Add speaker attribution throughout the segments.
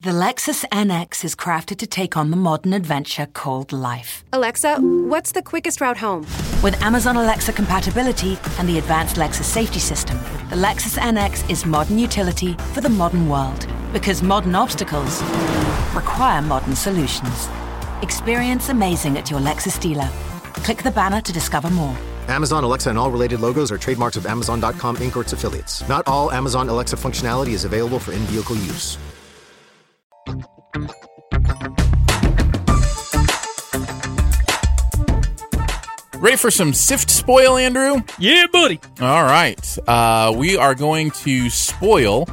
Speaker 1: The Lexus NX is crafted to take on the modern adventure called life.
Speaker 2: Alexa, what's the quickest route home?
Speaker 1: With Amazon Alexa compatibility and the advanced Lexus safety system, the Lexus NX is modern utility for the modern world. Because modern obstacles require modern solutions. Experience amazing at your Lexus dealer. Click the banner to discover more.
Speaker 3: Amazon Alexa and all related logos are trademarks of Amazon.com Inc. or its affiliates. Not all Amazon Alexa functionality is available for in vehicle use.
Speaker 4: Ready for some sift spoil, Andrew?
Speaker 5: Yeah, buddy.
Speaker 4: All right. Uh, we are going to spoil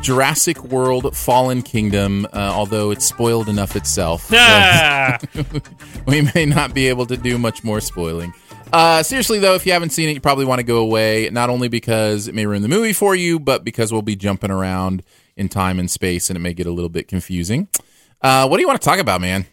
Speaker 4: Jurassic World Fallen Kingdom, uh, although it's spoiled enough itself. so
Speaker 5: Ah,
Speaker 4: we may not be able to do much more spoiling. Uh, seriously, though, if you haven't seen it, you probably want to go away, not only because it may ruin the movie for you, but because we'll be jumping around in time and space and it may get a little bit confusing. Uh, what do you want to talk about, man?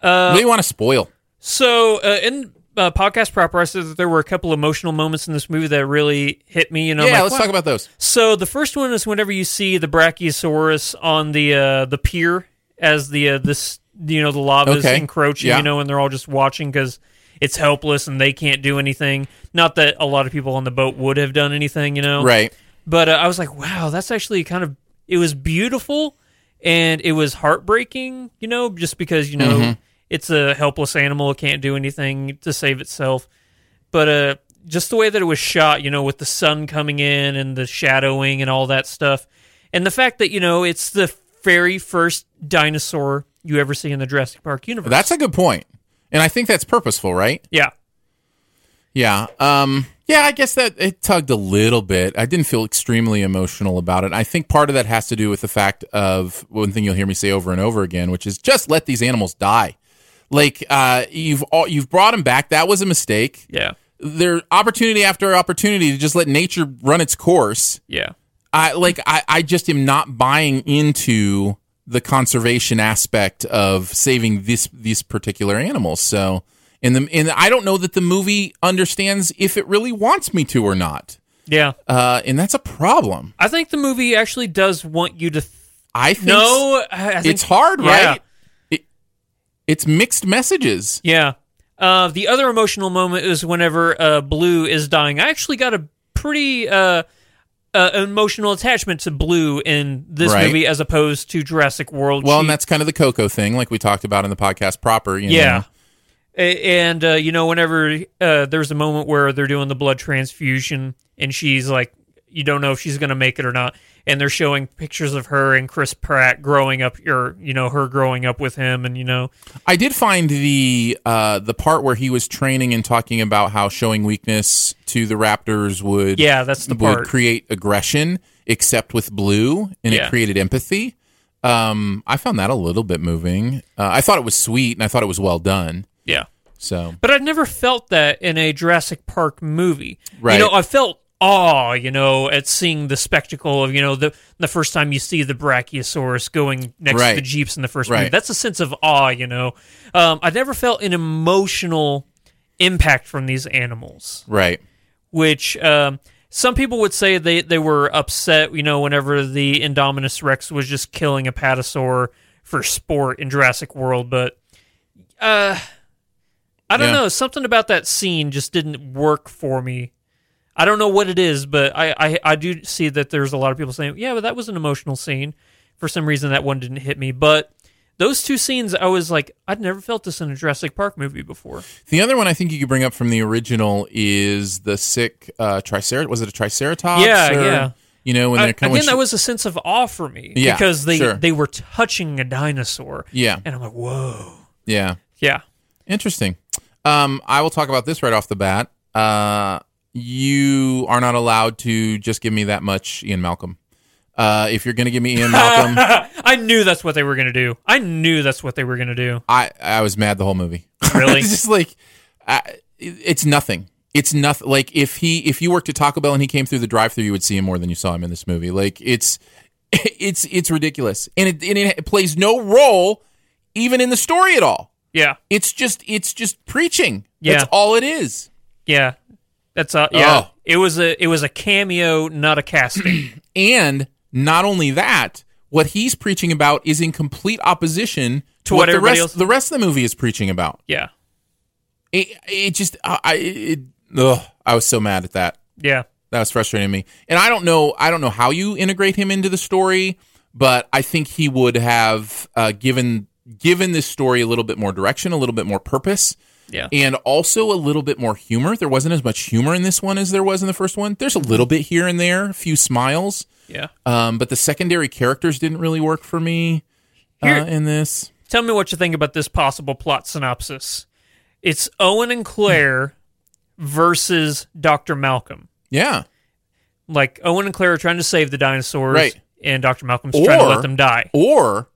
Speaker 4: what do you want to spoil?
Speaker 5: so uh, in uh, podcast proper, I said that there were a couple emotional moments in this movie that really hit me. You know,
Speaker 4: yeah,
Speaker 5: like,
Speaker 4: let's
Speaker 5: wow.
Speaker 4: talk about those.
Speaker 5: So the first one is whenever you see the Brachiosaurus on the uh, the pier as the uh, this you know the lava is
Speaker 4: Okay.
Speaker 5: encroaching,
Speaker 4: Yeah.
Speaker 5: you know, and they're all just watching because it's helpless and they can't do anything. Not that a lot of people on the boat would have done anything, you know,
Speaker 4: Right.
Speaker 5: But uh, I was like, wow, that's actually kind of it was beautiful and it was heartbreaking, you know, just because you know
Speaker 4: Mm-hmm.
Speaker 5: it's a helpless animal, it can't do anything to save itself but uh just the way that it was shot you know with the sun coming in and the shadowing and all that stuff and the fact that you know it's the very first dinosaur you ever see in the Jurassic Park universe
Speaker 4: That's a good point. And I think that's purposeful, right?
Speaker 5: yeah
Speaker 4: Yeah. Um, yeah, I guess that it tugged a little bit. I didn't feel extremely emotional about it. I think part of that has to do with the fact of one thing you'll hear me say over and over again, which is just let these animals die. Like uh, you've all, you've brought them back. That was a mistake.
Speaker 5: yeah
Speaker 4: There opportunity after opportunity to just let nature run its course.
Speaker 5: yeah
Speaker 4: I like I, I just am not buying into the conservation aspect of saving this these particular animals. So in the and I don't know that the movie understands if it really wants me to or not.
Speaker 5: yeah
Speaker 4: Uh, and that's a problem.
Speaker 5: I think the movie actually does want you to th-
Speaker 4: I think
Speaker 5: no I, I think,
Speaker 4: it's hard,
Speaker 5: yeah.
Speaker 4: right? It, it's mixed messages.
Speaker 5: yeah uh, the other emotional moment is whenever uh, Blue is dying I actually got a pretty uh, uh, emotional attachment to Blue in this
Speaker 4: Right.
Speaker 5: movie as opposed to Jurassic World
Speaker 4: Well,
Speaker 5: She-
Speaker 4: and that's kind of the Coco thing, like we talked about in the podcast proper. You
Speaker 5: Yeah.
Speaker 4: know.
Speaker 5: A- And uh, you know, whenever uh, there's a moment where they're doing the blood transfusion, and she's like, you don't know if she's gonna make it or not, and they're showing pictures of her and Chris Pratt growing up, or you know, her growing up with him, and you know,
Speaker 4: I did find the uh, the part where he was training and talking about how showing weakness to the Raptors would
Speaker 5: Yeah, that's the
Speaker 4: would
Speaker 5: part.
Speaker 4: create aggression, except with blue, and
Speaker 5: Yeah.
Speaker 4: it created empathy. Um, I found that a little bit moving. Uh, I thought it was sweet, and I thought it was well done.
Speaker 5: yeah.
Speaker 4: So
Speaker 5: But I've never felt that in a Jurassic Park movie.
Speaker 4: Right.
Speaker 5: You know, I felt awe, you know, at seeing the spectacle of, you know, the the first time you see the Brachiosaurus going next to the
Speaker 4: Right.
Speaker 5: Jeeps in the first movie.
Speaker 4: Right.
Speaker 5: That's a sense of awe, you know. Um, I never felt an emotional impact from these animals,
Speaker 4: right,
Speaker 5: which um, some people would say they, they were upset, you know, whenever the Indominus Rex was just killing a Patasaur for sport in Jurassic World, but uh, I don't
Speaker 4: Yeah.
Speaker 5: know. Something about that scene just didn't work for me. I don't know what it is, but I, I, I do see that there's a lot of people saying, yeah, but that was an emotional scene. For some reason, that one didn't hit me. But those two scenes, I was like, I'd never felt this in a Jurassic Park movie before.
Speaker 4: the other one I think you could bring up from the original is the sick uh, triceratops. Was it a triceratops?
Speaker 5: Yeah,
Speaker 4: or-
Speaker 5: yeah.
Speaker 4: You know, when
Speaker 5: I-
Speaker 4: they're kind
Speaker 5: again,
Speaker 4: of
Speaker 5: that was a sense of awe for me
Speaker 4: Yeah,
Speaker 5: because they
Speaker 4: sure.
Speaker 5: they were touching a dinosaur,
Speaker 4: yeah,
Speaker 5: and I'm like, whoa,
Speaker 4: yeah.
Speaker 5: yeah,
Speaker 4: Interesting. Um, I will talk about this right off the bat. Uh, you are not allowed to just give me that much Ian Malcolm. Uh, if you're going to give me Ian Malcolm,
Speaker 5: I knew that's what they were gonna do. I knew that's what they were gonna do.
Speaker 4: I, I was mad the whole movie.
Speaker 5: Really?
Speaker 4: it's just like, I, it- it's nothing. It's nothing. Like if he, if you worked at Taco Bell and he came through the drive-through, you would see him more than you saw him in this movie. Like it's, it's, it's ridiculous, and it, and it plays no role even in the story at all.
Speaker 5: Yeah,
Speaker 4: It's just, it's just preaching.
Speaker 5: Yeah.
Speaker 4: That's all it is.
Speaker 5: yeah, that's uh, yeah.
Speaker 4: Oh.
Speaker 5: It was a it was a cameo, not a casting.
Speaker 4: And not only that, what he's preaching about is in complete opposition
Speaker 5: To what
Speaker 4: the
Speaker 5: everybody
Speaker 4: rest
Speaker 5: else-
Speaker 4: the rest of the movie is preaching about.
Speaker 5: Yeah.
Speaker 4: It, it just I I- it, ugh, I was so mad at that.
Speaker 5: Yeah.
Speaker 4: That was frustrating to me. And I don't know I don't know how you integrate him into the story, but I think he would have uh, given given this story a little bit more direction, a little bit more purpose.
Speaker 5: Yeah.
Speaker 4: And also a little bit more humor. There wasn't as much humor in this one as there was in the first one. There's a little bit here and there, a few smiles.
Speaker 5: Yeah.
Speaker 4: Um, but the secondary characters didn't really work for me uh,
Speaker 5: Here-
Speaker 4: in this.
Speaker 5: Tell me what you think about this possible plot synopsis. It's Owen and Claire versus Dr. Malcolm.
Speaker 4: Yeah.
Speaker 5: Like Owen and Claire are trying to save the dinosaurs
Speaker 4: Right.
Speaker 5: and Dr. Malcolm's trying to
Speaker 4: Or-
Speaker 5: let them die.
Speaker 4: Or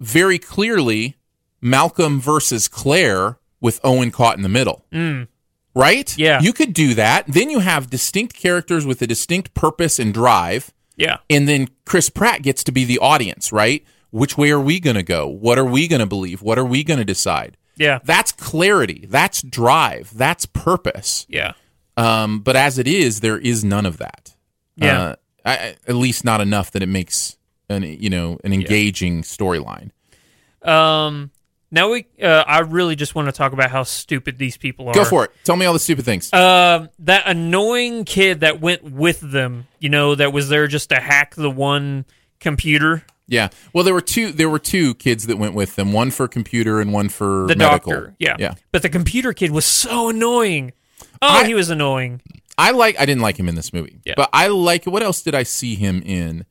Speaker 4: very clearly, Malcolm versus Claire with Owen caught in the middle. Right?
Speaker 5: Mm. Yeah.
Speaker 4: You could do that. Then you have distinct characters with a distinct purpose and drive.
Speaker 5: Yeah.
Speaker 4: And then Chris Pratt gets to be the audience, right? Which way are we going to go? What are we going to believe? What are we going to decide?
Speaker 5: Yeah.
Speaker 4: That's clarity. That's drive. That's purpose.
Speaker 5: Yeah.
Speaker 4: Um, but as it is, there is none of that.
Speaker 5: Yeah.
Speaker 4: Uh, I- I, at least not enough that it makes an you know an engaging storyline. Uh,
Speaker 5: Um. Now we. Uh, I really just want to talk about how stupid these people are.
Speaker 4: Go for it. Tell me all the stupid things.
Speaker 5: Um. that annoying kid that went with them. You know, that was there just to hack the one computer.
Speaker 4: yeah. Well, there were two. There were two kids that went with them. One for computer and one for
Speaker 5: The
Speaker 4: medical.
Speaker 5: doctor. Yeah.
Speaker 4: Yeah.
Speaker 5: But the computer kid was so annoying. Oh,
Speaker 4: I-
Speaker 5: he was annoying.
Speaker 4: I like. I didn't like him in this movie.
Speaker 5: Yeah.
Speaker 4: But I like. What else did I see him in?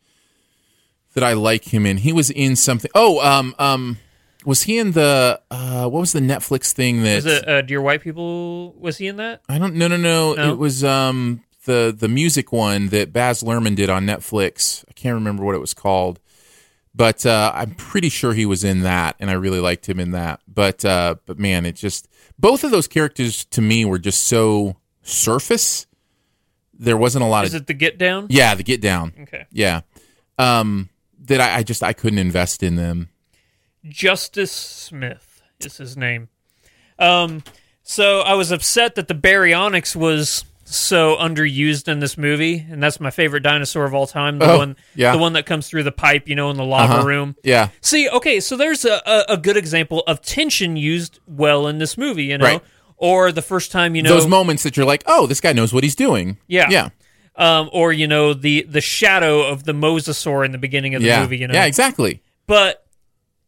Speaker 4: That I like him in. He was in something. Oh, um, um, was he in the uh, what was the Netflix thing that
Speaker 5: Was it uh, Dear White People? Was he in that?
Speaker 4: I don't. No, no, no.
Speaker 5: No?
Speaker 4: It was um the the music one that Baz Luhrmann did on Netflix. I can't remember what it was called, but uh, I'm pretty sure he was in that, and I really liked him in that. But uh, but man, it just both of those characters to me were just so surface. There wasn't a lot
Speaker 5: Is
Speaker 4: of
Speaker 5: it the Get Down?
Speaker 4: yeah. The get down.
Speaker 5: Okay.
Speaker 4: Yeah. Um. That I, I just I couldn't invest in them.
Speaker 5: Justice Smith is his name. Um, so I was upset that the baryonyx was so underused in this movie, and that's my favorite dinosaur of all time. The
Speaker 4: Oh,
Speaker 5: one,
Speaker 4: yeah. Uh-huh.
Speaker 5: the one that comes through the pipe, you know, in the lava room.
Speaker 4: Yeah.
Speaker 5: See, okay, so there's a, a, a good example of tension used well in this movie, you know,
Speaker 4: Right.
Speaker 5: or the first time you know
Speaker 4: Those moments that you're like, oh, this guy knows what he's doing.
Speaker 5: Yeah.
Speaker 4: Yeah.
Speaker 5: um, or you know the the shadow of the mosasaur in the beginning of the
Speaker 4: Yeah.
Speaker 5: movie, you know,
Speaker 4: Yeah. Exactly.
Speaker 5: but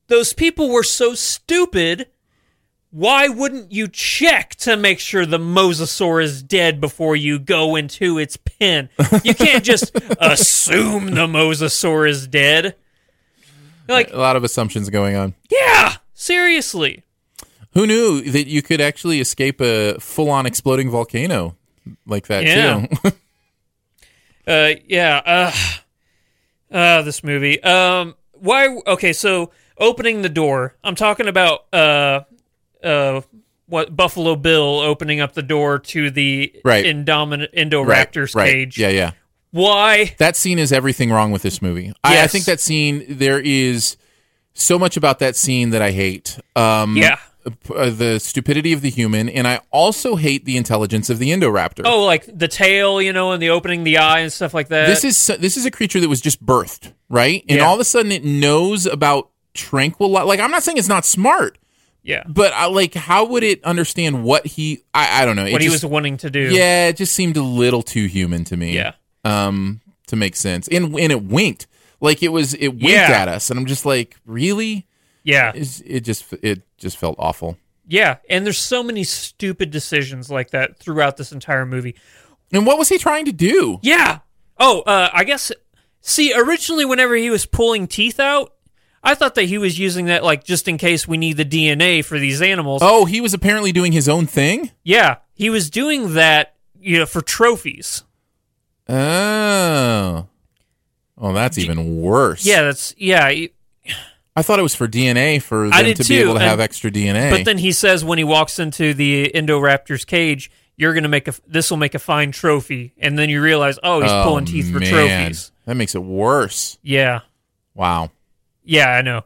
Speaker 5: those people were so stupid. Why wouldn't you check to make sure the mosasaur is dead before you go into its pen? You can't just assume the mosasaur is dead. Like,
Speaker 4: A lot of assumptions going on.
Speaker 5: yeah, seriously.
Speaker 4: Who knew that you could actually escape a full-on exploding volcano like that
Speaker 5: Yeah.
Speaker 4: too?
Speaker 5: Uh, yeah. Uh, uh, this movie. Um, why? Okay, so opening the door. I'm talking about uh, uh, what Buffalo Bill opening up the door to the
Speaker 4: Right.
Speaker 5: Indomin-
Speaker 4: Right,
Speaker 5: Indoraptor's
Speaker 4: right.
Speaker 5: cage.
Speaker 4: Yeah, yeah.
Speaker 5: Why?
Speaker 4: That scene is everything wrong with this movie. I, I
Speaker 5: Yes.
Speaker 4: think that scene there is so much about that scene that I hate. Um,
Speaker 5: Yeah.
Speaker 4: uh, the stupidity of the human, and I also hate the intelligence of the Indoraptor.
Speaker 5: Oh, like the tail, you know, and the opening the eye and stuff like that.
Speaker 4: this is so- this is a creature that was just birthed, right? And
Speaker 5: Yeah.
Speaker 4: all of a sudden, it knows about tranquil. Like I'm not saying it's not smart,
Speaker 5: yeah.
Speaker 4: but I, like, how would it understand what he? I, I don't know. It
Speaker 5: What he
Speaker 4: just-
Speaker 5: was wanting to do.
Speaker 4: Yeah, it just seemed a little too human to me.
Speaker 5: Yeah.
Speaker 4: Um, to make sense. And and it winked. Like it was it winked
Speaker 5: Yeah.
Speaker 4: at us and I'm just like, "Really?"
Speaker 5: Yeah.
Speaker 4: It's, it just it just felt awful.
Speaker 5: Yeah. And there's so many stupid decisions like that throughout this entire movie.
Speaker 4: And what was he trying to do?
Speaker 5: Yeah. Oh, uh, I guess. See, originally, whenever he was pulling teeth out, I thought that he was using that like just in case we need the DNA for these animals.
Speaker 4: Oh, he was apparently doing his own thing?
Speaker 5: Yeah, he was doing that, you know, for trophies.
Speaker 4: Oh. Oh, that's even worse.
Speaker 5: Yeah, that's yeah. he-
Speaker 4: I thought it was for DNA for
Speaker 5: I
Speaker 4: them
Speaker 5: did
Speaker 4: to be
Speaker 5: too,
Speaker 4: able to
Speaker 5: and-
Speaker 4: have extra DNA.
Speaker 5: But then he says when he walks into the Indoraptor's cage, "You're gonna make a this will make a fine trophy," and then you realize, oh, he's
Speaker 4: Oh,
Speaker 5: pulling teeth for
Speaker 4: man.
Speaker 5: trophies.
Speaker 4: That makes it worse.
Speaker 5: Yeah.
Speaker 4: Wow.
Speaker 5: Yeah, I know.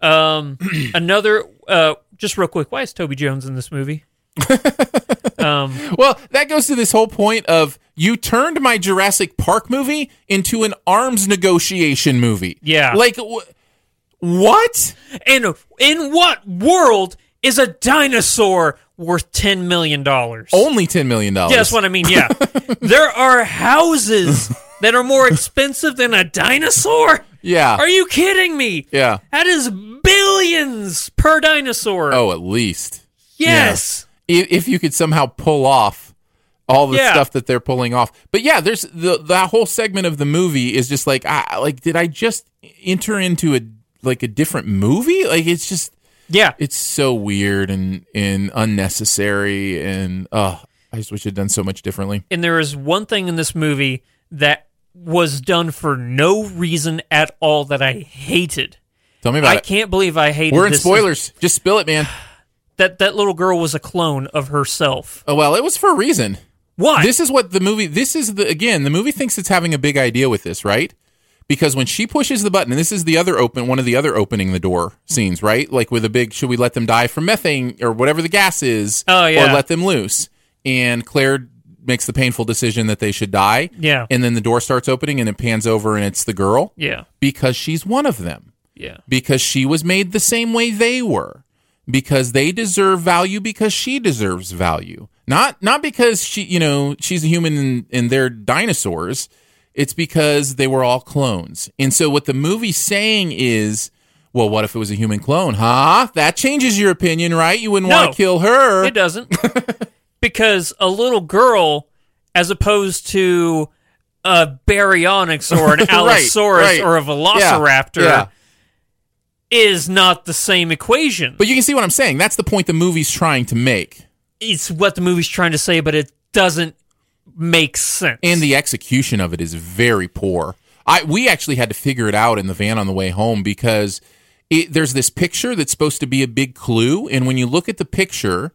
Speaker 5: Um, another, uh, just real quick, why is Toby Jones in this movie? um,
Speaker 4: Well, that goes to this whole point of you turned my Jurassic Park movie into an arms negotiation movie.
Speaker 5: Yeah.
Speaker 4: Like, wh- what?
Speaker 5: And in what world is a dinosaur worth $10 million? Oh,
Speaker 4: Only $10 million.
Speaker 5: yeah, that's what I mean. Yeah. there are houses that are more expensive than a dinosaur.
Speaker 4: Yeah.
Speaker 5: Are you kidding me?
Speaker 4: Yeah.
Speaker 5: That is billions per dinosaur.
Speaker 4: Oh, at least.
Speaker 5: yes.
Speaker 4: I- If you could somehow pull off all the
Speaker 5: Yeah.
Speaker 4: stuff that they're pulling off. But yeah, there's the that whole segment of the movie is just like I like did I just enter into a like a different movie? Like it's just
Speaker 5: Yeah.
Speaker 4: it's so weird and and unnecessary and uh I just wish it'd done so much differently.
Speaker 5: and there is one thing in this movie that was done for no reason at all that I hated.
Speaker 4: Tell me about
Speaker 5: I
Speaker 4: it.
Speaker 5: can't believe I hated.
Speaker 4: We're in
Speaker 5: this.
Speaker 4: spoilers. Just spill it, man.
Speaker 5: That that little girl was a clone of herself.
Speaker 4: Oh well, it was for a reason.
Speaker 5: Why?
Speaker 4: This is what the movie. This is the again. The movie thinks it's having a big idea with this, right? Because when she pushes the button, and this is the other open one of the other opening the door scenes, right? Like with a big, should we let them die from methane or whatever the gas is,
Speaker 5: Oh, yeah.
Speaker 4: or let them loose? And Claire makes the painful decision that they should die.
Speaker 5: Yeah.
Speaker 4: And then the door starts opening, and it pans over, and it's the girl
Speaker 5: yeah,
Speaker 4: because she's one of them
Speaker 5: yeah,
Speaker 4: because she was made the same way they were because they deserve value because she deserves value not not because she you know she's a human and, and they're dinosaurs it's because they were all clones and so what the movie's saying is well what if it was a human clone huh that changes your opinion right you wouldn't want
Speaker 5: No.
Speaker 4: to kill her
Speaker 5: it doesn't because a little girl, as opposed to a baryonyx or an
Speaker 4: Right,
Speaker 5: allosaurus
Speaker 4: right.
Speaker 5: or a
Speaker 4: Yeah,
Speaker 5: velociraptor,
Speaker 4: yeah.
Speaker 5: is not the same equation.
Speaker 4: but you can see what i'm saying that's the point the movie's trying to make
Speaker 5: it's what the movie's trying to say, but it doesn't make sense.
Speaker 4: and the execution of it is very poor. I we actually had to figure it out in the van on the way home because it, there's this picture that's supposed to be a big clue, and when you look at the picture,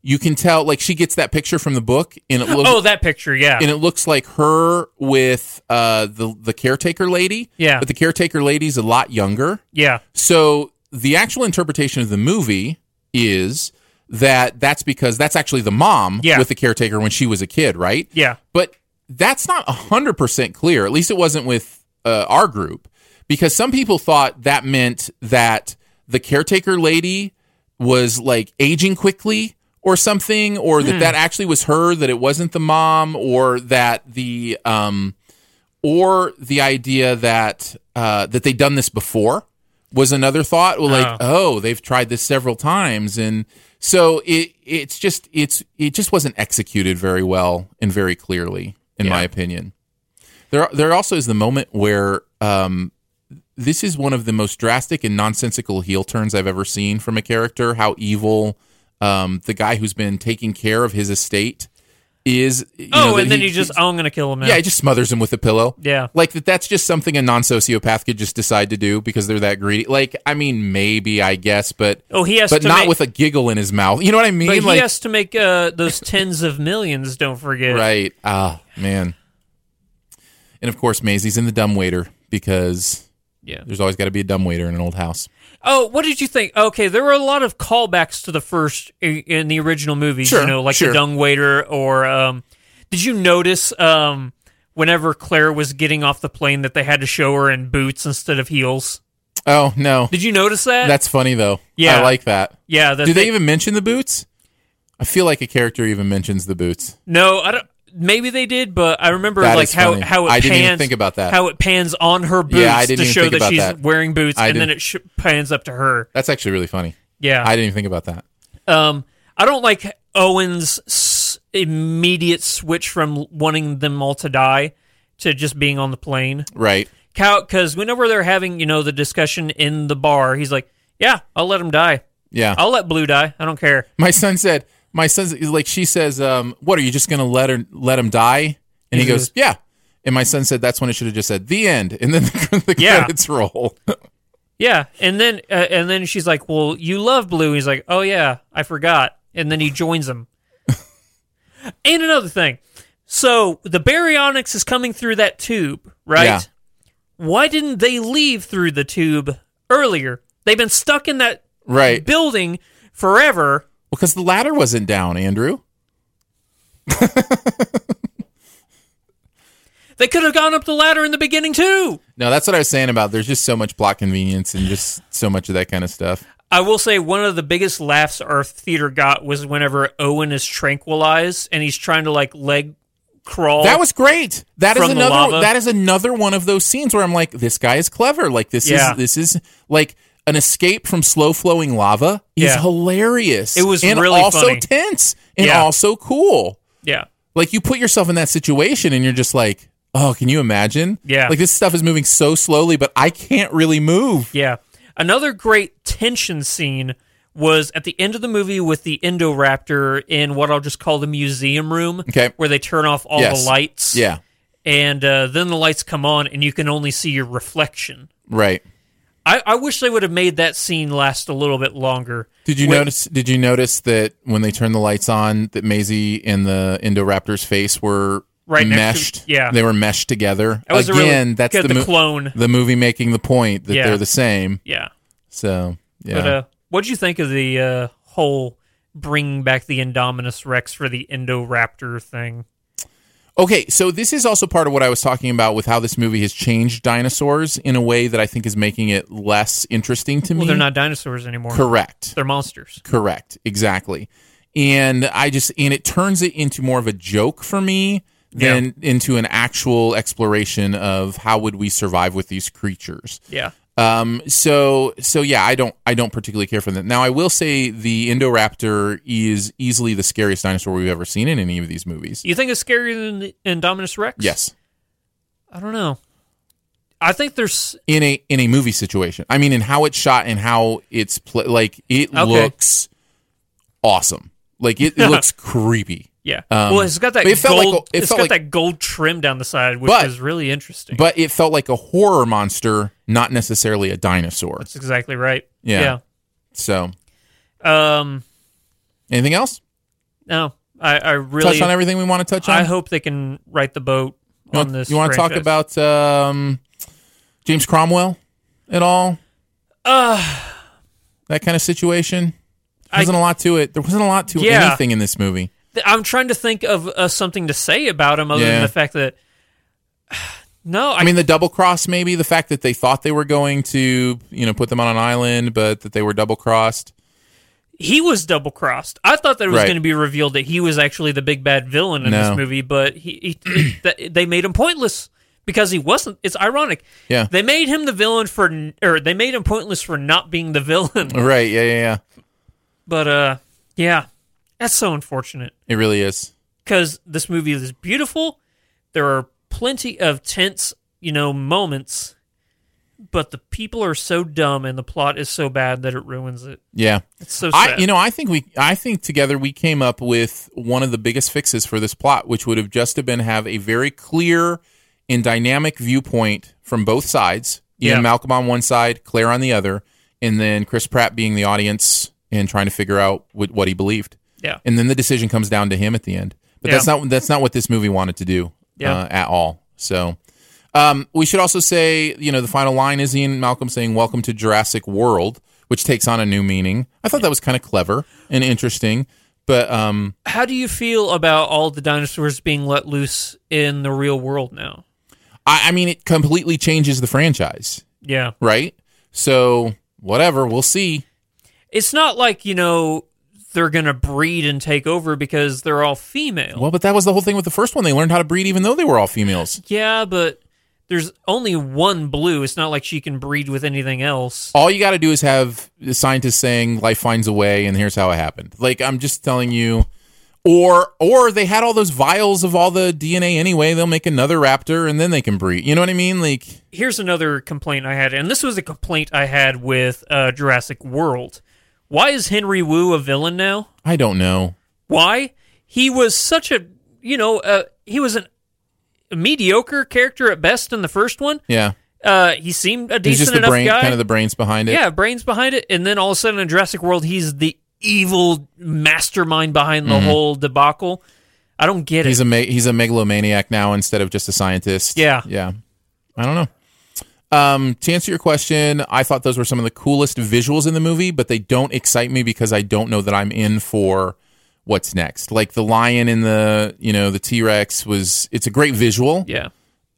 Speaker 4: you can tell like she gets that picture from the book, and it looks
Speaker 5: oh, that picture, yeah,
Speaker 4: and it looks like her with uh, the the caretaker lady.
Speaker 5: Yeah.
Speaker 4: but the caretaker lady's a lot younger.
Speaker 5: yeah,
Speaker 4: So the actual interpretation of the movie is that that's because that's actually the mom
Speaker 5: Yeah.
Speaker 4: with the caretaker when she was a kid, right?
Speaker 5: Yeah.
Speaker 4: But that's not 100% clear. At least it wasn't with uh, our group because some people thought that meant that the caretaker lady was like aging quickly or something or
Speaker 5: Hmm.
Speaker 4: that that actually was her that it wasn't the mom or that the um or the idea that uh, that they'd done this before was another thought. Well, like, oh, they've tried this several times, and so it it's just it's it just wasn't executed very well and very clearly, in my opinion. There there also is the moment where um, this is one of the most drastic and nonsensical heel turns I've ever seen from a character. How evil um, the guy who's been taking care of his estate is. you
Speaker 5: oh,
Speaker 4: know, that
Speaker 5: and then
Speaker 4: he-
Speaker 5: you just, oh, I'm gonna kill him now.
Speaker 4: yeah, he just smothers him with a pillow.
Speaker 5: Yeah.
Speaker 4: Like that that's just something a non sociopath could just decide to do because they're that greedy. Like, I mean, maybe, I guess, but
Speaker 5: Oh, he has
Speaker 4: but
Speaker 5: to
Speaker 4: not
Speaker 5: make-
Speaker 4: with a giggle in his mouth. You know what I mean?
Speaker 5: but he
Speaker 4: like
Speaker 5: has to make uh, those tens of millions. Don't forget,
Speaker 4: Right. Ah, man. And of course Maisie's in the dumb waiter because
Speaker 5: Yeah.
Speaker 4: there's always gotta be a dumb waiter in an old house.
Speaker 5: Oh, what did you think? Okay, there were a lot of callbacks to the first i- in the original movies.
Speaker 4: Sure,
Speaker 5: you know, like
Speaker 4: sure.
Speaker 5: the dung waiter, or um, did you notice um, whenever Claire was getting off the plane that they had to show her in boots instead of heels?
Speaker 4: Oh no.
Speaker 5: Did you notice that?
Speaker 4: That's funny though.
Speaker 5: Yeah.
Speaker 4: I like that.
Speaker 5: yeah. That
Speaker 4: Do they even mention the boots? I feel like a character even mentions the boots.
Speaker 5: No, I don't. Maybe they did, but I remember
Speaker 4: That
Speaker 5: like
Speaker 4: is
Speaker 5: how
Speaker 4: funny.
Speaker 5: how it
Speaker 4: I
Speaker 5: pans,
Speaker 4: didn't even think about that.
Speaker 5: How it pans on her boots
Speaker 4: I didn't
Speaker 5: to
Speaker 4: even
Speaker 5: show
Speaker 4: think
Speaker 5: that
Speaker 4: about
Speaker 5: she's
Speaker 4: that.
Speaker 5: wearing boots,
Speaker 4: I
Speaker 5: and then
Speaker 4: didn't-
Speaker 5: it sh- pans up to her.
Speaker 4: That's actually really funny.
Speaker 5: Yeah,
Speaker 4: I didn't even think about that.
Speaker 5: Um, I don't like Owen's s- immediate switch from wanting them all to die to just being on the plane.
Speaker 4: Right.
Speaker 5: Because whenever they're having, you know, the discussion in the bar, he's like, "Yeah, I'll let him die.
Speaker 4: Yeah.
Speaker 5: I'll let Blue die. I don't care."
Speaker 4: My son said, my son's like, she says, um, what are you just going to let her, let him die? And he goes, yeah. And my son said, that's when it should have just said the end. And then the, the
Speaker 5: Yeah.
Speaker 4: credits roll.
Speaker 5: Yeah, and then uh, and then she's like, "Well, you love Blue." He's like, "Oh yeah, I forgot." And then he joins him. and another thing, so the baryonyx is coming through that tube, right?
Speaker 4: Yeah.
Speaker 5: Why didn't they leave through the tube earlier? They've been stuck in that
Speaker 4: right.
Speaker 5: building forever.
Speaker 4: Because the ladder wasn't down, Andrew.
Speaker 5: They could have gone up the ladder in the beginning too.
Speaker 4: No, that's what I was saying about there's just so much plot convenience and just so much of that kind of stuff.
Speaker 5: I will say one of the biggest laughs our theater got was whenever Owen is tranquilized and he's trying to like leg crawl.
Speaker 4: That was great. That is
Speaker 5: From the
Speaker 4: another
Speaker 5: lava?
Speaker 4: that is another one of those scenes where I'm like this guy is clever. Like this
Speaker 5: Yeah.
Speaker 4: is this is like an escape from slow flowing lava is
Speaker 5: Yeah.
Speaker 4: hilarious.
Speaker 5: It was
Speaker 4: and
Speaker 5: really
Speaker 4: also
Speaker 5: funny.
Speaker 4: tense and
Speaker 5: Yeah.
Speaker 4: also cool.
Speaker 5: yeah.
Speaker 4: Like you put yourself in that situation and you're just like, "Oh, can you imagine?"
Speaker 5: Yeah.
Speaker 4: Like this stuff is moving so slowly, but I can't really move.
Speaker 5: Yeah. Another great tension scene was at the end of the movie with the Indoraptor in what I'll just call the museum room,
Speaker 4: Okay.
Speaker 5: where they turn off all
Speaker 4: Yes.
Speaker 5: the lights.
Speaker 4: Yeah.
Speaker 5: And uh, then the lights come on and you can only see your reflection.
Speaker 4: Right.
Speaker 5: I, I wish they would have made that scene last a little bit longer.
Speaker 4: Did you
Speaker 5: Wait.
Speaker 4: notice? Did you notice that when they turned the lights on, that Maisie and the Indoraptor's face were
Speaker 5: Right next
Speaker 4: meshed?
Speaker 5: to- yeah.
Speaker 4: they were meshed together.
Speaker 5: That was a really-
Speaker 4: Again, that's
Speaker 5: good,
Speaker 4: the,
Speaker 5: the
Speaker 4: mo-
Speaker 5: clone.
Speaker 4: The movie making the point that
Speaker 5: Yeah.
Speaker 4: they're the same.
Speaker 5: Yeah.
Speaker 4: So yeah,
Speaker 5: But uh, what would you think of the uh, whole bring back the Indominus Rex for the Indoraptor thing?
Speaker 4: Okay, so this is also part of what I was talking about with how this movie has changed dinosaurs in a way that I think is making it less interesting to me.
Speaker 5: Well, they're not dinosaurs anymore.
Speaker 4: correct.
Speaker 5: They're monsters.
Speaker 4: Correct. Exactly. And I just and it turns it into more of a joke for me than into an actual exploration of how would we survive with these creatures.
Speaker 5: Yeah.
Speaker 4: Um so so yeah, I don't I don't particularly care for them. Now I will say the Indoraptor is easily the scariest dinosaur we've ever seen in any of these movies.
Speaker 5: You think it's scarier than the Indominus Rex?
Speaker 4: Yes.
Speaker 5: I don't know. I think there's
Speaker 4: In a in a movie situation. I mean in how it's shot and how it's pla like it
Speaker 5: Okay.
Speaker 4: looks awesome. Like it, it looks creepy.
Speaker 5: yeah.
Speaker 4: Um,
Speaker 5: well, it's got that
Speaker 4: but it felt like
Speaker 5: gold.
Speaker 4: a- it
Speaker 5: has
Speaker 4: felt
Speaker 5: got
Speaker 4: like-
Speaker 5: that gold trim down the side, which
Speaker 4: But-
Speaker 5: is really interesting.
Speaker 4: But it felt like a horror monster, not necessarily a dinosaur.
Speaker 5: That's exactly right.
Speaker 4: Yeah. So,
Speaker 5: Yeah. Um.
Speaker 4: anything else?
Speaker 5: No, I, I really.
Speaker 4: touch on everything we want to touch on.
Speaker 5: I hope they can right the boat
Speaker 4: you
Speaker 5: on
Speaker 4: want,
Speaker 5: this.
Speaker 4: you want to talk
Speaker 5: franchise.
Speaker 4: about um, James Cromwell at all?
Speaker 5: Uh,
Speaker 4: That kind of situation. There
Speaker 5: I-
Speaker 4: wasn't a lot to it. There wasn't a lot to
Speaker 5: Yeah.
Speaker 4: anything in this movie.
Speaker 5: th- I'm trying to think of uh, something to say about him other
Speaker 4: Yeah.
Speaker 5: than the fact that. No, I,
Speaker 4: I mean, the double cross, maybe the fact that they thought they were going to, you know, put them on an island, but that they were double crossed.
Speaker 5: he was double crossed. I thought that it was
Speaker 4: Right.
Speaker 5: going to be revealed that he was actually the big bad villain in
Speaker 4: No.
Speaker 5: this movie, but he, he, he th- they made him pointless because he wasn't. It's ironic.
Speaker 4: Yeah.
Speaker 5: they made him the villain for, n- or they made him pointless for not being the villain.
Speaker 4: Right? Yeah, yeah, yeah.
Speaker 5: But uh, yeah, that's so unfortunate
Speaker 4: It really is.
Speaker 5: because this movie is beautiful. There are plenty of tense, you know, moments, but the people are so dumb and the plot is so bad that it ruins it.
Speaker 4: Yeah.
Speaker 5: It's so
Speaker 4: I,
Speaker 5: sad.
Speaker 4: you know, I think we, I think together we came up with one of the biggest fixes for this plot, which would have just have been have a very clear and dynamic viewpoint from both sides. Ian
Speaker 5: Yeah.
Speaker 4: Malcolm on one side, Claire on the other, and then Chris Pratt being the audience and trying to figure out what, what he believed.
Speaker 5: yeah.
Speaker 4: And then the decision comes down to him at the end. But that's
Speaker 5: Yeah.
Speaker 4: not that's not what this movie wanted to do
Speaker 5: Yeah.
Speaker 4: uh, at all. So. Um, we should also say, you know, the final line is Ian Malcolm saying "Welcome to Jurassic World," which takes on a new meaning. I thought that was kind of clever and interesting, but um,
Speaker 5: How do you feel about all the dinosaurs being let loose in the real world now?
Speaker 4: I, I mean, it completely changes the franchise,
Speaker 5: Yeah.
Speaker 4: right? So whatever, we'll see.
Speaker 5: It's not like, you know, they're going to breed and take over because they're all female.
Speaker 4: Well, but that was the whole thing with the first one. They learned how to breed, even though they were all females.
Speaker 5: Yeah, but there's only one blue. It's not like she can breed with anything else.
Speaker 4: All you got to do is have the scientists saying life finds a way, and here's how it happened. Like I'm just telling you. Or, or they had all those vials of all the DNA anyway. They'll make another raptor, and then they can breed. You know what I mean? Like,
Speaker 5: here's another complaint I had, and this was a complaint I had with uh, Jurassic World. Why is Henry Wu a villain now?
Speaker 4: I don't know.
Speaker 5: Why he was such a you know uh, he was an, a mediocre character at best in the first one.
Speaker 4: Yeah,
Speaker 5: Uh, he seemed a
Speaker 4: he's
Speaker 5: decent
Speaker 4: just the
Speaker 5: enough
Speaker 4: brain,
Speaker 5: guy.
Speaker 4: kind of the brains behind it.
Speaker 5: yeah, brains behind it, and then all of a sudden in Jurassic World, he's the evil mastermind behind the whole debacle. I don't get
Speaker 4: Mm-hmm.
Speaker 5: it.
Speaker 4: he's a me- he's a megalomaniac now instead of just a scientist.
Speaker 5: Yeah.
Speaker 4: yeah. I don't know. Um, to answer your question, I thought those were some of the coolest visuals in the movie, but they don't excite me because I don't know that I'm in for what's next. Like the lion in the you know the T Rex was it's a great visual,
Speaker 5: yeah,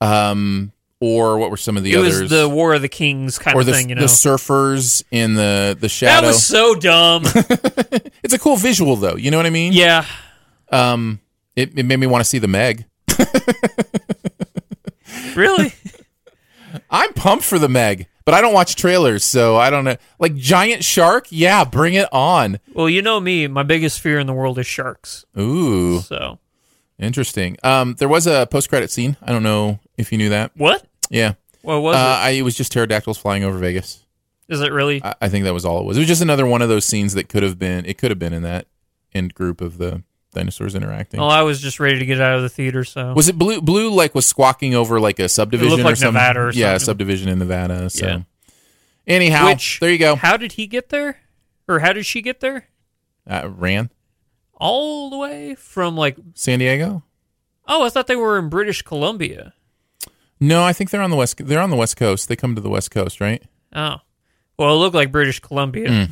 Speaker 4: um, or what were some of the
Speaker 5: It
Speaker 4: others?
Speaker 5: was the War of the Kings kind
Speaker 4: or
Speaker 5: of
Speaker 4: the,
Speaker 5: thing, you know.
Speaker 4: the surfers in the the
Speaker 5: that
Speaker 4: shadow.
Speaker 5: was so dumb.
Speaker 4: it's a cool visual though. You know what I mean?
Speaker 5: yeah.
Speaker 4: Um, it, it made me want to see the Meg.
Speaker 5: Really?
Speaker 4: I'm pumped for the Meg, but I don't watch trailers, so I don't know. Like giant shark, yeah, bring it on.
Speaker 5: well, you know me. My biggest fear in the world is sharks.
Speaker 4: Ooh,
Speaker 5: So
Speaker 4: interesting. Um, there was a post credit scene. I don't know if you knew that.
Speaker 5: what?
Speaker 4: Yeah,
Speaker 5: What
Speaker 4: uh,
Speaker 5: was it?
Speaker 4: I, it was just pterodactyls flying over Vegas.
Speaker 5: Is it really?
Speaker 4: I, I think that was all it was. It was just another one of those scenes that could have been. It could have been in that end group of the dinosaurs interacting.
Speaker 5: Oh, I was just ready to get out of the theater. So
Speaker 4: Was it blue? Blue like was squawking over like a subdivision
Speaker 5: like
Speaker 4: or something.
Speaker 5: Nevada or
Speaker 4: Yeah, a
Speaker 5: something.
Speaker 4: subdivision in Nevada. So,
Speaker 5: Yeah.
Speaker 4: anyhow,
Speaker 5: Which-
Speaker 4: there you go.
Speaker 5: how did he get there, or how did she get there?
Speaker 4: uh, ran
Speaker 5: All the way from like
Speaker 4: San Diego.
Speaker 5: oh, I thought they were in British Columbia.
Speaker 4: No, I think they're on the west. They're on the west coast. They come to the west coast, right?
Speaker 5: Oh, well, it looked like British Columbia.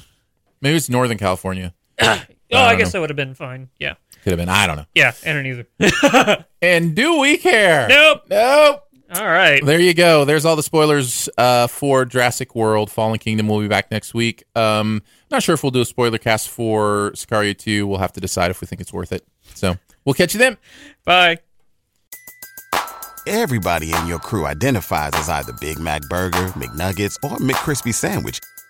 Speaker 4: Maybe it's Northern California.
Speaker 5: Oh,
Speaker 4: Hmm. I
Speaker 5: I,
Speaker 4: don't
Speaker 5: guess
Speaker 4: know.
Speaker 5: that would have been fine. Yeah,
Speaker 4: Could have been. I don't know.
Speaker 5: yeah, I don't either.
Speaker 4: And do we care?
Speaker 5: Nope.
Speaker 4: Nope.
Speaker 5: All right.
Speaker 4: There you go. There's all the spoilers uh, for Jurassic World: Fallen Kingdom. We'll be back next week. Um, not sure if we'll do a spoiler cast for Sicario 2. We'll have to decide if we think it's worth it. So we'll catch you then.
Speaker 5: Bye.
Speaker 6: Everybody in your crew identifies as either Big Mac Burger, McNuggets, or McCrispy Sandwich.